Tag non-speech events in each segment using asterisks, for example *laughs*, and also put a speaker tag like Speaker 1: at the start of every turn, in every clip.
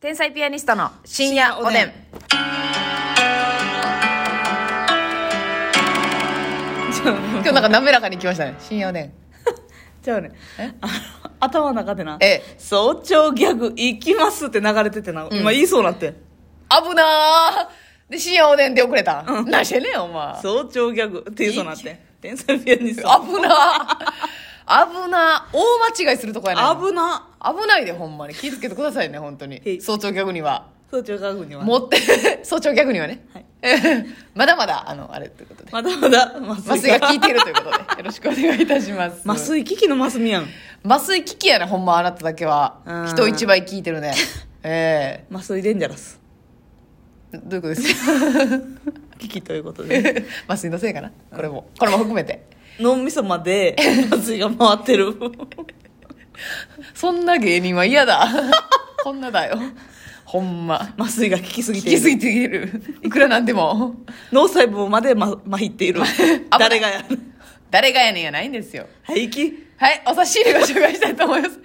Speaker 1: 天才ピアニストの深夜おでん。
Speaker 2: 今日なんか滑らかに来ましたね深夜おでん
Speaker 1: じゃあね
Speaker 2: え、
Speaker 1: あの頭の中でな
Speaker 2: ええ、
Speaker 1: 早朝ギャグ行きますって流れててな、今言いそうなって。
Speaker 2: 危なーで深夜おでんって遅れた、何してんねんお前
Speaker 1: 早朝ギャグって言いそうなって。天才ピアニスト。
Speaker 2: 危なー危なー大間違いするとこやねん
Speaker 1: 危な。
Speaker 2: 危ないでほんまに気ぃつけてくださいね本当
Speaker 1: へい
Speaker 2: に早朝ギャグには
Speaker 1: 早朝ギャグには。
Speaker 2: 持って *laughs* 早朝ギャグにはね、
Speaker 1: はい
Speaker 2: *laughs* まだまだあのあれということで
Speaker 1: まだまだ、
Speaker 2: 麻酔が効いてるということでよろしくお願いいたします
Speaker 1: 麻酔機器のマスミやん。
Speaker 2: 麻酔効きやねほんまあなただけ
Speaker 1: うん
Speaker 2: は人一倍効いてるね
Speaker 1: *laughs*
Speaker 2: え
Speaker 1: 麻酔デンジャラス。
Speaker 2: えどういうことですか
Speaker 1: *laughs* 機器ということで。
Speaker 2: 麻酔のせいかなこれもこれも含めて
Speaker 1: 脳みそまで麻酔が回って
Speaker 2: *laughs*
Speaker 1: る。
Speaker 2: そんな芸人は嫌だ *laughs* こんなだよほんま
Speaker 1: 麻酔が効きす
Speaker 2: 聞
Speaker 1: ぎてい
Speaker 2: き
Speaker 1: る。
Speaker 2: すぎているいくらなんでも
Speaker 1: 脳細胞までままひっている
Speaker 2: ない
Speaker 1: 誰がやる
Speaker 2: 誰がやねんやないんですよ
Speaker 1: はい息
Speaker 2: はいお差し入れご紹介したいと思います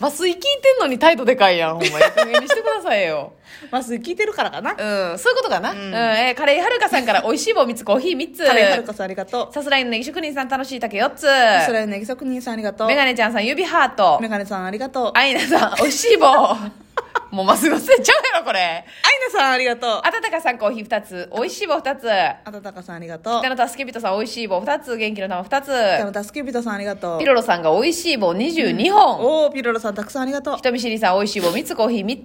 Speaker 2: 麻酔効いてんのに態度でかいやんほんまいい加減にしてくださいよ
Speaker 1: *laughs* 麻酔効いてるからかな
Speaker 2: うんそういうことかな、うんんえーカレーはるかさんから美味しい棒3つコーヒー3つ
Speaker 1: カレーはるかさんありがとう
Speaker 2: さすらいのネギ職人さん楽しい竹4つ
Speaker 1: さすらいネギ職人さんありがとう
Speaker 2: メガネちゃんさん指ハート
Speaker 1: メガネさんありがとうあい
Speaker 2: アイナさん美味しい棒 *laughs* もうまっすぐ捨てちゃうやろこれ
Speaker 1: なさんありがとう
Speaker 2: あたたかさんコーヒー2つ、おいしい棒2つ、
Speaker 1: あたたかさんありがとう
Speaker 2: 北野助人さんおいしい棒2つ、元気の玉
Speaker 1: 北
Speaker 2: 2
Speaker 1: 野たすきびとさんありがと
Speaker 2: つ、
Speaker 1: う
Speaker 2: ピロロさんがおいしい棒22本、
Speaker 1: おおピロロさんたくさんありがとう
Speaker 2: 人見知りさんおいしい棒3つ、コーヒー
Speaker 1: 人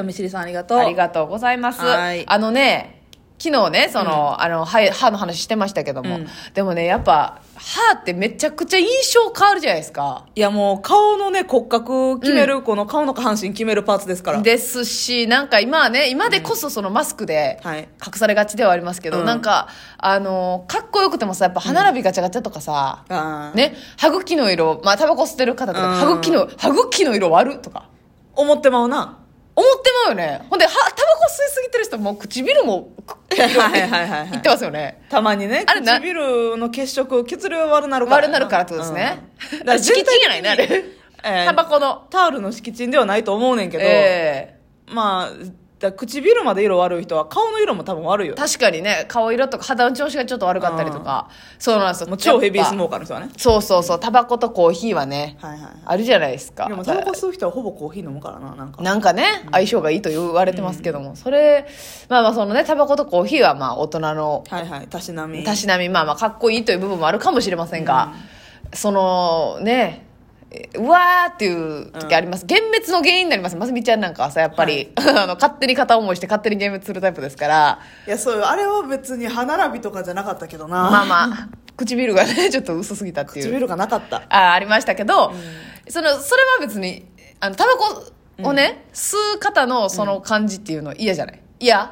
Speaker 2: 3
Speaker 1: 見知りさんありが
Speaker 2: つ、
Speaker 1: とう
Speaker 2: ありがとうございます。
Speaker 1: はい
Speaker 2: あのね、昨日ね、その、あの、歯歯の話してましたけども、
Speaker 1: うん
Speaker 2: でもね、やっぱ、歯ってめちゃくちゃ印象変わるじゃないですか。
Speaker 1: いやもう顔のね骨格決める、この顔の下半身決めるパーツですから
Speaker 2: ですし、なんか今はね、今でこそそのマスクで
Speaker 1: はい
Speaker 2: 隠されがちではありますけど、
Speaker 1: うん
Speaker 2: なんか、あの、かっこよくてもさ、やっぱ歯並びガチャガチャとかさ、
Speaker 1: あー
Speaker 2: ね、歯茎の色、まあ、タバコ吸ってる方と
Speaker 1: うん
Speaker 2: か、歯茎の、歯茎の色割るとか、
Speaker 1: 思ってま
Speaker 2: *laughs*
Speaker 1: うな
Speaker 2: 思ってまうよね。ほんで、はタバコ吸いすぎてる人、もう唇も、く
Speaker 1: *laughs* はいはいはいはい
Speaker 2: いってますよね。
Speaker 1: たまにね
Speaker 2: あれな
Speaker 1: 唇の血色血流悪なるから
Speaker 2: 悪なるからってことですね *laughs*
Speaker 1: う
Speaker 2: あ
Speaker 1: ん。だから
Speaker 2: れ、敷
Speaker 1: 全
Speaker 2: 地
Speaker 1: 体
Speaker 2: じゃないね、あれ。
Speaker 1: えー
Speaker 2: タバコの。
Speaker 1: タオルの敷地ではないと思うねんけど、
Speaker 2: え
Speaker 1: まあだ唇まで色悪い人は顔の色も多分悪いよ
Speaker 2: え確かにね、顔色とか肌の調子がちょっと悪かったりとか、そうなんですよ。
Speaker 1: もう超ヘビース
Speaker 2: ー
Speaker 1: モーカーの人はね
Speaker 2: そうそうそう、タバコとコーヒーはね、
Speaker 1: はいはい
Speaker 2: あるじゃないですか。
Speaker 1: でもタバコ吸う人はほぼコーヒー飲むからななんか
Speaker 2: なんかね、相性がいいと言われてますけども、それ、まあまあそのね、タバコとコーヒーはまあ大人の
Speaker 1: はいはいたしなみ
Speaker 2: たしなみ、まあまあかっこいいという部分もあるかもしれませんが、そのね、えうわーっていう時あります。幻滅の原因になります。ますみちゃんなんかはさ、やっぱり、 *laughs* あの、勝手に片思いして勝手に幻滅するタイプですから、
Speaker 1: いやそうあれは別に歯並びとかじゃなかったけどな
Speaker 2: まあまあ、 *laughs* 唇がね、ちょっと薄すぎたっていう。
Speaker 1: 唇がなかった
Speaker 2: あありましたけど、そのそれは別にあのタバコをね、吸う方のその感じっていうの嫌じゃない嫌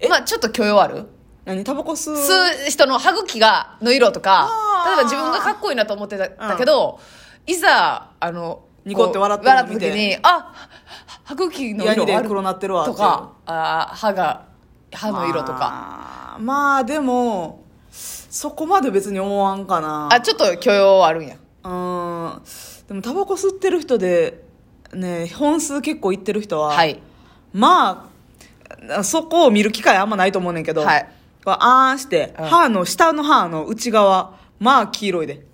Speaker 1: え
Speaker 2: まあちょっと許容ある
Speaker 1: 何タバコ吸う
Speaker 2: 吸う人の歯茎がの色とか
Speaker 1: あー
Speaker 2: 例えば自分がかっこいいなと思ってた,、けどいざあの
Speaker 1: ニコっ
Speaker 2: こ
Speaker 1: て
Speaker 2: う
Speaker 1: 笑ってるの
Speaker 2: 笑
Speaker 1: 見
Speaker 2: った
Speaker 1: て
Speaker 2: 時にあ歯茎の
Speaker 1: ヤニ
Speaker 2: 色
Speaker 1: で
Speaker 2: 悪
Speaker 1: 黒なってるわ
Speaker 2: とかあー歯が歯の色とか。
Speaker 1: かまあでもそこまで別に思わんかな
Speaker 2: あちょっと許容あるんや
Speaker 1: うーんでもタバコ吸ってる人でね本数結構いってる人は、
Speaker 2: はい
Speaker 1: まあそこを見る機会あんまないと思うねんけど、
Speaker 2: はい
Speaker 1: こうあーんして、
Speaker 2: うん
Speaker 1: 歯の下の歯の内側まあ黄色いで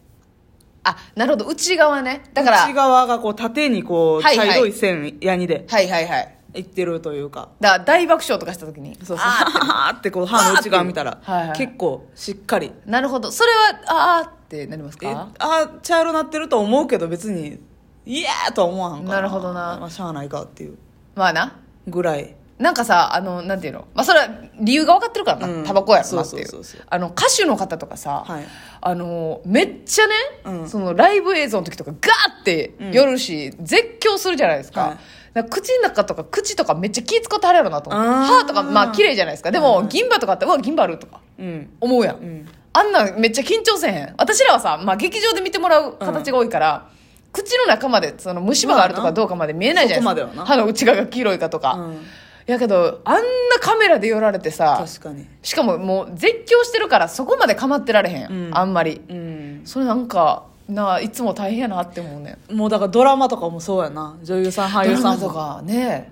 Speaker 2: あなるほど内側ねだから
Speaker 1: 内側がこう縦にこう
Speaker 2: はいは
Speaker 1: 茶
Speaker 2: い
Speaker 1: 色い線ヤニで
Speaker 2: はいはいはい
Speaker 1: いってるというか、
Speaker 2: だから大爆笑とかした時に
Speaker 1: そうそう
Speaker 2: あ
Speaker 1: あーってこう歯の内側見たら、
Speaker 2: はいはい
Speaker 1: 結構しっかり
Speaker 2: ーなるほどそれはあーってなります
Speaker 1: えあ
Speaker 2: か
Speaker 1: ー茶色なってると思うけど別にイエーとは思わんか
Speaker 2: な
Speaker 1: ら
Speaker 2: るほどな
Speaker 1: まあ、しゃあないかっていう
Speaker 2: まあな
Speaker 1: ぐらい
Speaker 2: なんかさあのなんていうのまあそれは理由が分かってるからな、
Speaker 1: うん
Speaker 2: タバコやろなっていう
Speaker 1: そうそうそうそう
Speaker 2: あの歌手の方とかさ、
Speaker 1: はい
Speaker 2: あのめっちゃね、
Speaker 1: うん
Speaker 2: そのライブ映像の時とかガーって
Speaker 1: うん
Speaker 2: 寄るし、絶叫するじゃないですか,、
Speaker 1: はい
Speaker 2: だから口の中とか口とかめっちゃ気使ってはるやろなと思って
Speaker 1: あー
Speaker 2: 歯とかまあ綺麗じゃないですかでも、銀歯とかあってうわ銀歯あるとか
Speaker 1: うん
Speaker 2: 思うやん、
Speaker 1: ん
Speaker 2: あんなんめっちゃ緊張せえへん私らはさ、まあ、劇場で見てもらう形が多いから、口の中までその虫歯があると
Speaker 1: ま
Speaker 2: か
Speaker 1: あな
Speaker 2: どうかまで見えないじゃない
Speaker 1: そ
Speaker 2: で
Speaker 1: こますでは
Speaker 2: か
Speaker 1: な
Speaker 2: 歯の内側が黄色いかとか、
Speaker 1: うん
Speaker 2: やけどあんなカメラで寄られてさ
Speaker 1: 確かに
Speaker 2: しかももう絶叫してるからそこまで構ってられへん、
Speaker 1: うん
Speaker 2: あんまり
Speaker 1: うん
Speaker 2: それなんかないつも大変やなって思うねん
Speaker 1: もうだからドラマとかもそうやな女優さん俳優さん
Speaker 2: ドラマと
Speaker 1: も
Speaker 2: かね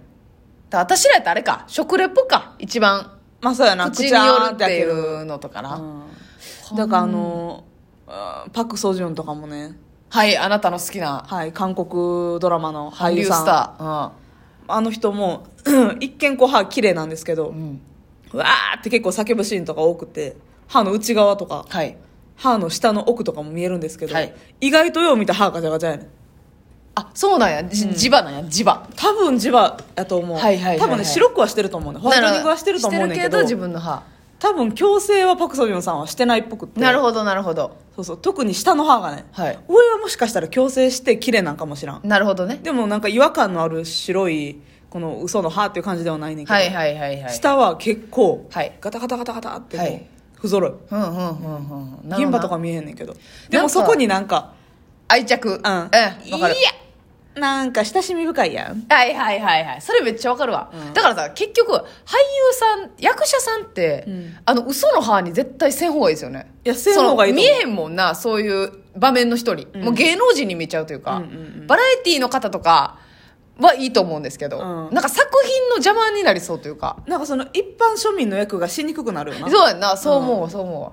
Speaker 2: だ私らやったらあれか食レポか一番
Speaker 1: まあそうやな
Speaker 2: 口によるってい
Speaker 1: 口あー開
Speaker 2: うのとかな、
Speaker 1: けるだからあのあーパク・ソジュンとかもね、
Speaker 2: はいあなたの好きな
Speaker 1: はい、韓国ドラマの俳
Speaker 2: 俳優
Speaker 1: 優さん
Speaker 2: スター、
Speaker 1: あの人も *clears throat* 一見こう歯綺麗なんですけど、
Speaker 2: うんうん、
Speaker 1: わーって結構叫ぶシーンとか多くて歯の内側とか
Speaker 2: はい
Speaker 1: 歯の下の奥とかも見えるんですけど、
Speaker 2: はい
Speaker 1: 意外とよう見た歯ガチャガチャやねん
Speaker 2: あそうなんやじ磁場なんや磁場
Speaker 1: 多分磁場やと思う、
Speaker 2: はいはいはいはい
Speaker 1: 多分ね白くはしてると思うねホワイトニングはしてると思うねん
Speaker 2: して
Speaker 1: け
Speaker 2: るけ
Speaker 1: ど
Speaker 2: ど自分の歯
Speaker 1: 多分矯正はパク・ソジュンさんはしてないっぽくって
Speaker 2: なるほどなるほど
Speaker 1: そうそう特に下の歯がね、
Speaker 2: はい
Speaker 1: 俺はもしかしたら矯正して綺麗なんかもしらん
Speaker 2: なるほどね
Speaker 1: でもなんか違和感のある白いこの嘘の歯っていう感じではないねんけど、
Speaker 2: はいはいはいはい
Speaker 1: 下は結構、
Speaker 2: はい
Speaker 1: ガタガタガタガタってこう、
Speaker 2: はい
Speaker 1: 不揃い
Speaker 2: うんうんうんうんなる
Speaker 1: 銀
Speaker 2: ほど
Speaker 1: 歯
Speaker 2: な
Speaker 1: とか見えへんねんけど
Speaker 2: か
Speaker 1: でもそこになんか
Speaker 2: 愛着うんうん
Speaker 1: うん、
Speaker 2: わかる
Speaker 1: いやなんか親しみ深いやん
Speaker 2: はいはいはいはいそれめっちゃわかるわ、だからさ結局俳優さん役者さんって、
Speaker 1: うん
Speaker 2: あの嘘の歯に絶対せん方がいいですよね
Speaker 1: いやせん方がいい
Speaker 2: そ
Speaker 1: と
Speaker 2: の見
Speaker 1: 思う
Speaker 2: えへんもんなそういう場面の一人、もう芸能人に見えちゃうというか、
Speaker 1: うんうん
Speaker 2: バラエティーの方とかはいいと思うんですけど、
Speaker 1: うん
Speaker 2: なんか作品の邪魔になりそうというか
Speaker 1: なんかその一般庶民の役がしにくくなるよな
Speaker 2: そうやんなそう思うわ、そう思うわ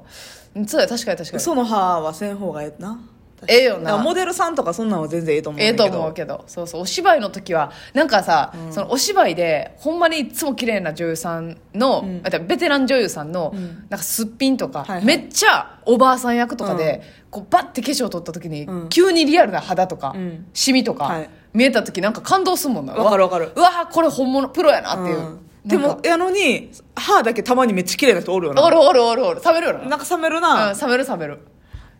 Speaker 2: うんそうや確かに確かに
Speaker 1: 嘘の歯はせん方がええな
Speaker 2: ええよ
Speaker 1: なんか
Speaker 2: な
Speaker 1: モデルさんとかそんなんは全然ええと思う
Speaker 2: え
Speaker 1: ね
Speaker 2: え
Speaker 1: んけ
Speaker 2: と
Speaker 1: ど
Speaker 2: 思うけどそうそうお芝居の時はなんかさ、そのお芝居でほんまにいつも綺麗な女優さんの、
Speaker 1: ん
Speaker 2: あとベテラン女優さんの、
Speaker 1: ん
Speaker 2: なんかすっぴんとか、
Speaker 1: はいはい
Speaker 2: めっちゃおばあさん役とかで、こうバッて化粧取った時に、
Speaker 1: うん
Speaker 2: 急にリアルな肌とか、
Speaker 1: うん
Speaker 2: シミとか、
Speaker 1: はい
Speaker 2: 見えた時なんか感動するもんな
Speaker 1: わかるわかる
Speaker 2: うわこれ本物プロやなっていう、
Speaker 1: うんで
Speaker 2: なん
Speaker 1: も
Speaker 2: か
Speaker 1: やのに歯だけたまにめっちゃ綺麗な人おるよな
Speaker 2: おるおるおるおる冷めるよな
Speaker 1: なんか冷めるな、
Speaker 2: う
Speaker 1: あ
Speaker 2: ん、冷める冷める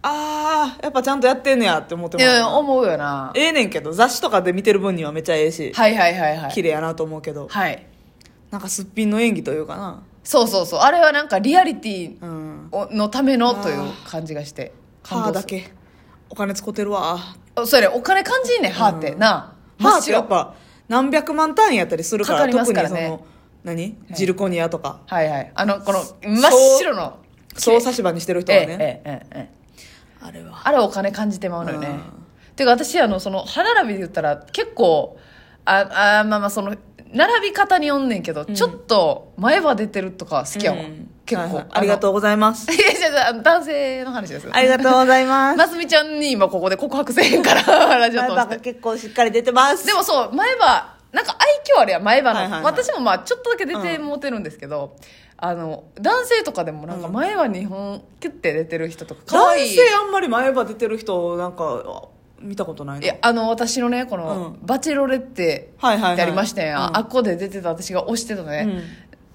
Speaker 1: あーやっぱちゃんとやってんねやって思って
Speaker 2: い
Speaker 1: もらうな
Speaker 2: や思うよな
Speaker 1: ええねんけど雑誌とかで見てる分にはめっちゃええし、
Speaker 2: はいはいはいは
Speaker 1: 綺
Speaker 2: い
Speaker 1: 麗やなと思うけど
Speaker 2: はい
Speaker 1: なんかすっぴんの演技というかな
Speaker 2: そうそうそうあれはなんかリアリティ
Speaker 1: うん
Speaker 2: おのためのという感じがして感
Speaker 1: 歯
Speaker 2: 動
Speaker 1: だ
Speaker 2: する
Speaker 1: けお金使ってるわ
Speaker 2: あそれお金感じんねん歯って、な
Speaker 1: 歯ってや
Speaker 2: 真白
Speaker 1: っぱ何百万単位やったりするから
Speaker 2: かかりますからね
Speaker 1: 特にその何ジルコニアとか
Speaker 2: はいはいあのこの真っ白の
Speaker 1: 操作芝にしてる人
Speaker 2: え
Speaker 1: は
Speaker 2: ええ
Speaker 1: ね、
Speaker 2: えええええ
Speaker 1: あれは
Speaker 2: あれお金感じてまうのよね
Speaker 1: うん
Speaker 2: ていうか私あのその歯並びで言ったら結構ああまあまあその並び方によんねんけど、ちょっと前歯出てるとか好きやわ、
Speaker 1: うん
Speaker 2: 結構、
Speaker 1: はいはいありがと
Speaker 2: う
Speaker 1: うございます
Speaker 2: いやいやいやあの *laughs* 男性の話ですよ
Speaker 1: ありがとうございます
Speaker 2: ますみちゃんに今ここで告白せえへんからラジオ通
Speaker 1: 前歯
Speaker 2: して
Speaker 1: が結構しっかり出てます
Speaker 2: でもそう前歯なんか愛嬌あるやん前歯の、
Speaker 1: はいはいはい
Speaker 2: 私もまあちょっとだけ出てもうてるんですけど、あの男性とかでもなんか前歯2本キュッて出てる人とか可
Speaker 1: 男
Speaker 2: 愛い
Speaker 1: 性あんまり前歯出てる人なんか見たことない
Speaker 2: い
Speaker 1: な
Speaker 2: やあの私のねこの、
Speaker 1: う
Speaker 2: バチェロレッテ」
Speaker 1: はいはいはい
Speaker 2: ってありましたやん、
Speaker 1: うん
Speaker 2: あっこで出てた私が推してたね、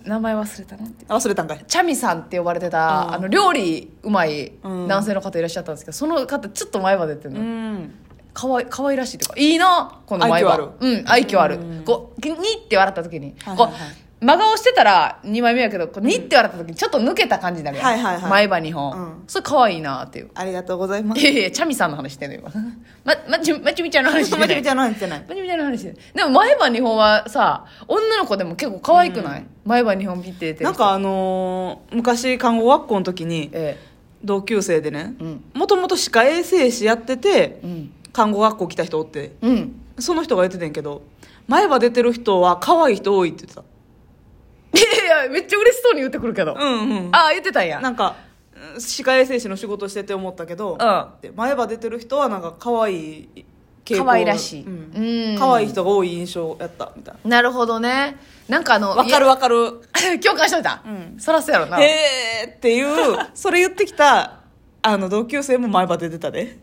Speaker 2: 名前忘れたなって
Speaker 1: 忘れたんかい
Speaker 2: チャミさんって呼ばれてた、
Speaker 1: うん
Speaker 2: あの料理うまい
Speaker 1: うん
Speaker 2: 男性の方いらっしゃったんですけどその方ちょっと前歯出てるの、
Speaker 1: うん
Speaker 2: かわい可愛らしいというかいいなこの前
Speaker 1: 愛嬌ある
Speaker 2: はうん愛嬌あるこうニッて笑った時に、
Speaker 1: はいはいはい
Speaker 2: こう真顔してたら2枚目やけどこうニッて笑った時にちょっと抜けた感じになるやん、
Speaker 1: はいはいはい
Speaker 2: 前歯2本、
Speaker 1: うん
Speaker 2: それ可愛いなっていう
Speaker 1: ありがとうございま
Speaker 2: い
Speaker 1: す
Speaker 2: やいやチャミさんの話してんの今 *laughs* ままちまちみちゃんの話してな
Speaker 1: *laughs* ま
Speaker 2: い
Speaker 1: ちみち
Speaker 2: ま
Speaker 1: ゃんの話してない
Speaker 2: ちみちゃんの話してないでも前歯2本はさ女の子でも結構可愛くない、前歯2本見てて
Speaker 1: なんかあのー昔看護学校の時に
Speaker 2: え
Speaker 1: 同級生でね
Speaker 2: えうん
Speaker 1: もともと歯科衛生士やってて
Speaker 2: うん
Speaker 1: 看護学校来た人おって
Speaker 2: うん
Speaker 1: その人が言ってたんやけど前歯出てる人は可愛い人多いって言ってた
Speaker 2: いやいやめっちゃ嬉しそうに言ってくるけど、あ
Speaker 1: うんうん
Speaker 2: あ言ってたんや
Speaker 1: なんかうん歯科衛生士の仕事してて思ったけど
Speaker 2: うん
Speaker 1: で前歯出てる人はなんか可愛い傾向
Speaker 2: 可愛らしい
Speaker 1: うん
Speaker 2: うん
Speaker 1: 可愛い人が多い印象やったみたい
Speaker 2: なるほどねなんかあの
Speaker 1: なわかるわかる
Speaker 2: いや *laughs* 共感しといた、
Speaker 1: うん
Speaker 2: そらそうやろな
Speaker 1: へえっていう
Speaker 2: *laughs*
Speaker 1: それ言ってきたあの同級生も前歯出てたで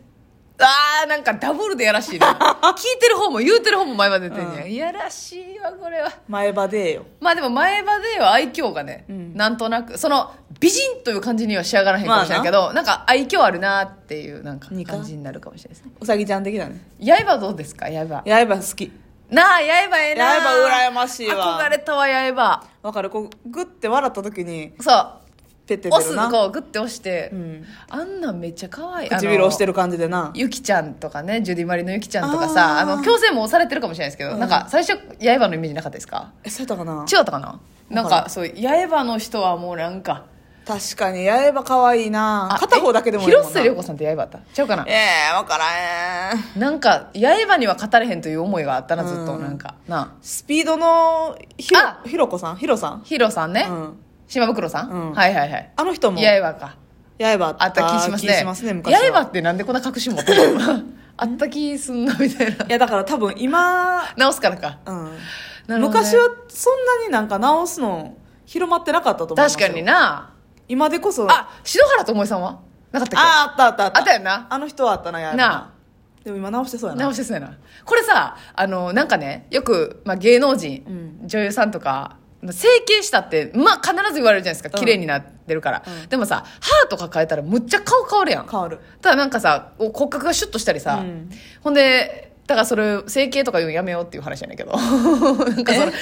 Speaker 2: あーなんかダブルでやらしい
Speaker 1: *laughs*
Speaker 2: な聞いてる方も言うてる方も前まで出てんねや、
Speaker 1: うん
Speaker 2: いやらしいわこれは
Speaker 1: 前歯でよ
Speaker 2: まあでも前歯では愛嬌がね、
Speaker 1: うん
Speaker 2: なんとなくその美人という感じには仕上がらへんかもしれないけど、なんか愛嬌あるなっていうなんか
Speaker 1: にか
Speaker 2: 感じになるかもしれないですね
Speaker 1: うさぎちゃん的だね
Speaker 2: 刃どうですか刃
Speaker 1: 八重歯好き
Speaker 2: なあ刃ええな
Speaker 1: 刃羨ましいわ
Speaker 2: 憧れたわ刃
Speaker 1: わかるこうグッて笑った時に
Speaker 2: そう
Speaker 1: ペッて出
Speaker 2: 押
Speaker 1: る
Speaker 2: す
Speaker 1: な
Speaker 2: こうグッて押して、
Speaker 1: うん
Speaker 2: あんなんめっちゃ可愛い
Speaker 1: 唇押して
Speaker 2: る
Speaker 1: る感じでな
Speaker 2: ゆきちゃんとかねジュディ・マリのゆきちゃんとかさあ
Speaker 1: あー
Speaker 2: の強制も押されてるかもしれないですけど、
Speaker 1: うん
Speaker 2: なんか最初刃のイメージなかったですか
Speaker 1: えそうやったかな
Speaker 2: 違ったかななん
Speaker 1: わか
Speaker 2: かそう刃の人はもうなんか
Speaker 1: 確かに八重歯可愛いな
Speaker 2: あ
Speaker 1: 片方だけでも
Speaker 2: え
Speaker 1: いいもんな
Speaker 2: 広末涼子さんって八重歯あったちゃうかな
Speaker 1: ええ分からへん
Speaker 2: なんか八重歯には語れへんという思いがあったなずっと
Speaker 1: うん
Speaker 2: なんかな
Speaker 1: スピードのひろ
Speaker 2: あ
Speaker 1: ひろこさんひろさん
Speaker 2: あヒロさんね、
Speaker 1: うん
Speaker 2: 島袋さん、
Speaker 1: うん
Speaker 2: はいはいはい
Speaker 1: あの人も
Speaker 2: 八重歯か
Speaker 1: 八重歯
Speaker 2: あった気しますね
Speaker 1: 気しますね昔
Speaker 2: 八
Speaker 1: は
Speaker 2: 重歯ってなんでこんな隠し持ってる
Speaker 1: *laughs*
Speaker 2: のあった気すんのみたいない
Speaker 1: やだから多分今、
Speaker 2: 直すからか
Speaker 1: うん
Speaker 2: なるほどね
Speaker 1: 昔はそんなになんか直すの広まってなかったと思います
Speaker 2: 確
Speaker 1: よ
Speaker 2: かにな
Speaker 1: 今でこそ
Speaker 2: あ篠原ともえさんはなかったっけ
Speaker 1: ああったあったあった
Speaker 2: あったよな
Speaker 1: あの人はあったなや
Speaker 2: な
Speaker 1: でも今直してそうやな
Speaker 2: 直してそうやなこれさあのなんかねよく、まあ、芸能人、
Speaker 1: う
Speaker 2: 女優さんとかまあ整形したって、まあ、必ず言われるじゃないですか
Speaker 1: うん
Speaker 2: 綺麗になってるから、
Speaker 1: うん
Speaker 2: でもさ歯とか変えたらむっちゃ顔変わるやん
Speaker 1: 変わる
Speaker 2: ただなんかさこう骨格がシュッとしたりさ、
Speaker 1: うん
Speaker 2: ほんでだからそれ整形とか言うのやめようっていう話やねんけど *laughs* なんかその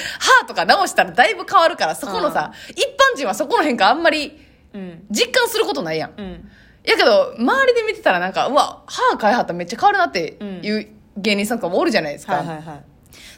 Speaker 2: 歯とか直したらだいぶ変わるからそこのさ、一般人はそこの変化あんまり
Speaker 1: うん
Speaker 2: 実感することないやん
Speaker 1: うん
Speaker 2: やけど周りで見てたらなんかうわ歯変えはったらめっちゃ変わるなっていう芸人さんとかもおるじゃないですか、
Speaker 1: はいはいはい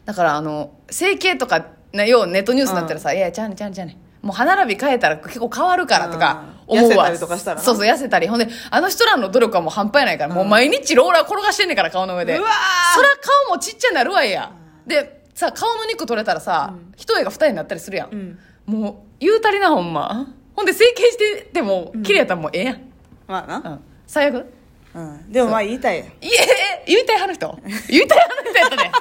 Speaker 2: だからあの整形とかなようネットニュースになったらさ「いやちゃうねんちゃうねんちゃうねんもう歯並び変えたら結構変わるから」とか
Speaker 1: うん
Speaker 2: 思うわ
Speaker 1: 痩せたりとかしたらな
Speaker 2: そうそう痩せたりほんであの人らの努力はもう半端やないから、もう毎日ローラー転がしてんねんから顔の上で
Speaker 1: うわー
Speaker 2: そら顔もちっちゃなるわいや、でさ顔の肉取れたらさ、一重が二重になったりするやん、
Speaker 1: うん
Speaker 2: もう言うたりなほんまほんで整形してても綺麗やったらもうええやん、
Speaker 1: まあな
Speaker 2: うん、最悪
Speaker 1: うん、でもまあ言いたいやん
Speaker 2: いえ、言うたりはる人言うたりはる人やった
Speaker 1: *laughs*
Speaker 2: ね。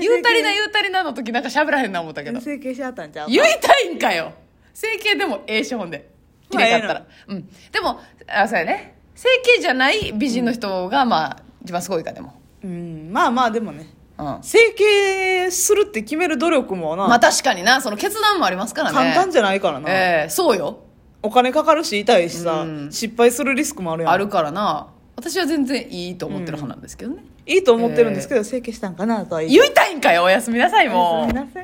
Speaker 2: 言うたりな言うたりなの時なんか喋らへんな思ったけど。
Speaker 1: 整形しはったんちゃう
Speaker 2: 言いたいんかよ整形でもええしほんで。綺麗だったら。うん。でも、あ、そうやね。整形じゃない美人の人が、まあ、一番すごいかでも。
Speaker 1: うんまあまあでもね
Speaker 2: うん。ま
Speaker 1: 整形するって決める努力もな、
Speaker 2: あ確かにな、その決断もありますからね。
Speaker 1: 簡単じゃないからな、
Speaker 2: ええそうよ。
Speaker 1: お金かかるし痛いしさ、
Speaker 2: うん
Speaker 1: 失敗するリスクもあるやん
Speaker 2: あるからな。私は全然いいと思ってる派なんですけどね。
Speaker 1: いいと思ってるんですけど、整形したんかなとは言い
Speaker 2: 言いたいんかよおやすみなさいもう
Speaker 1: おやすみなさい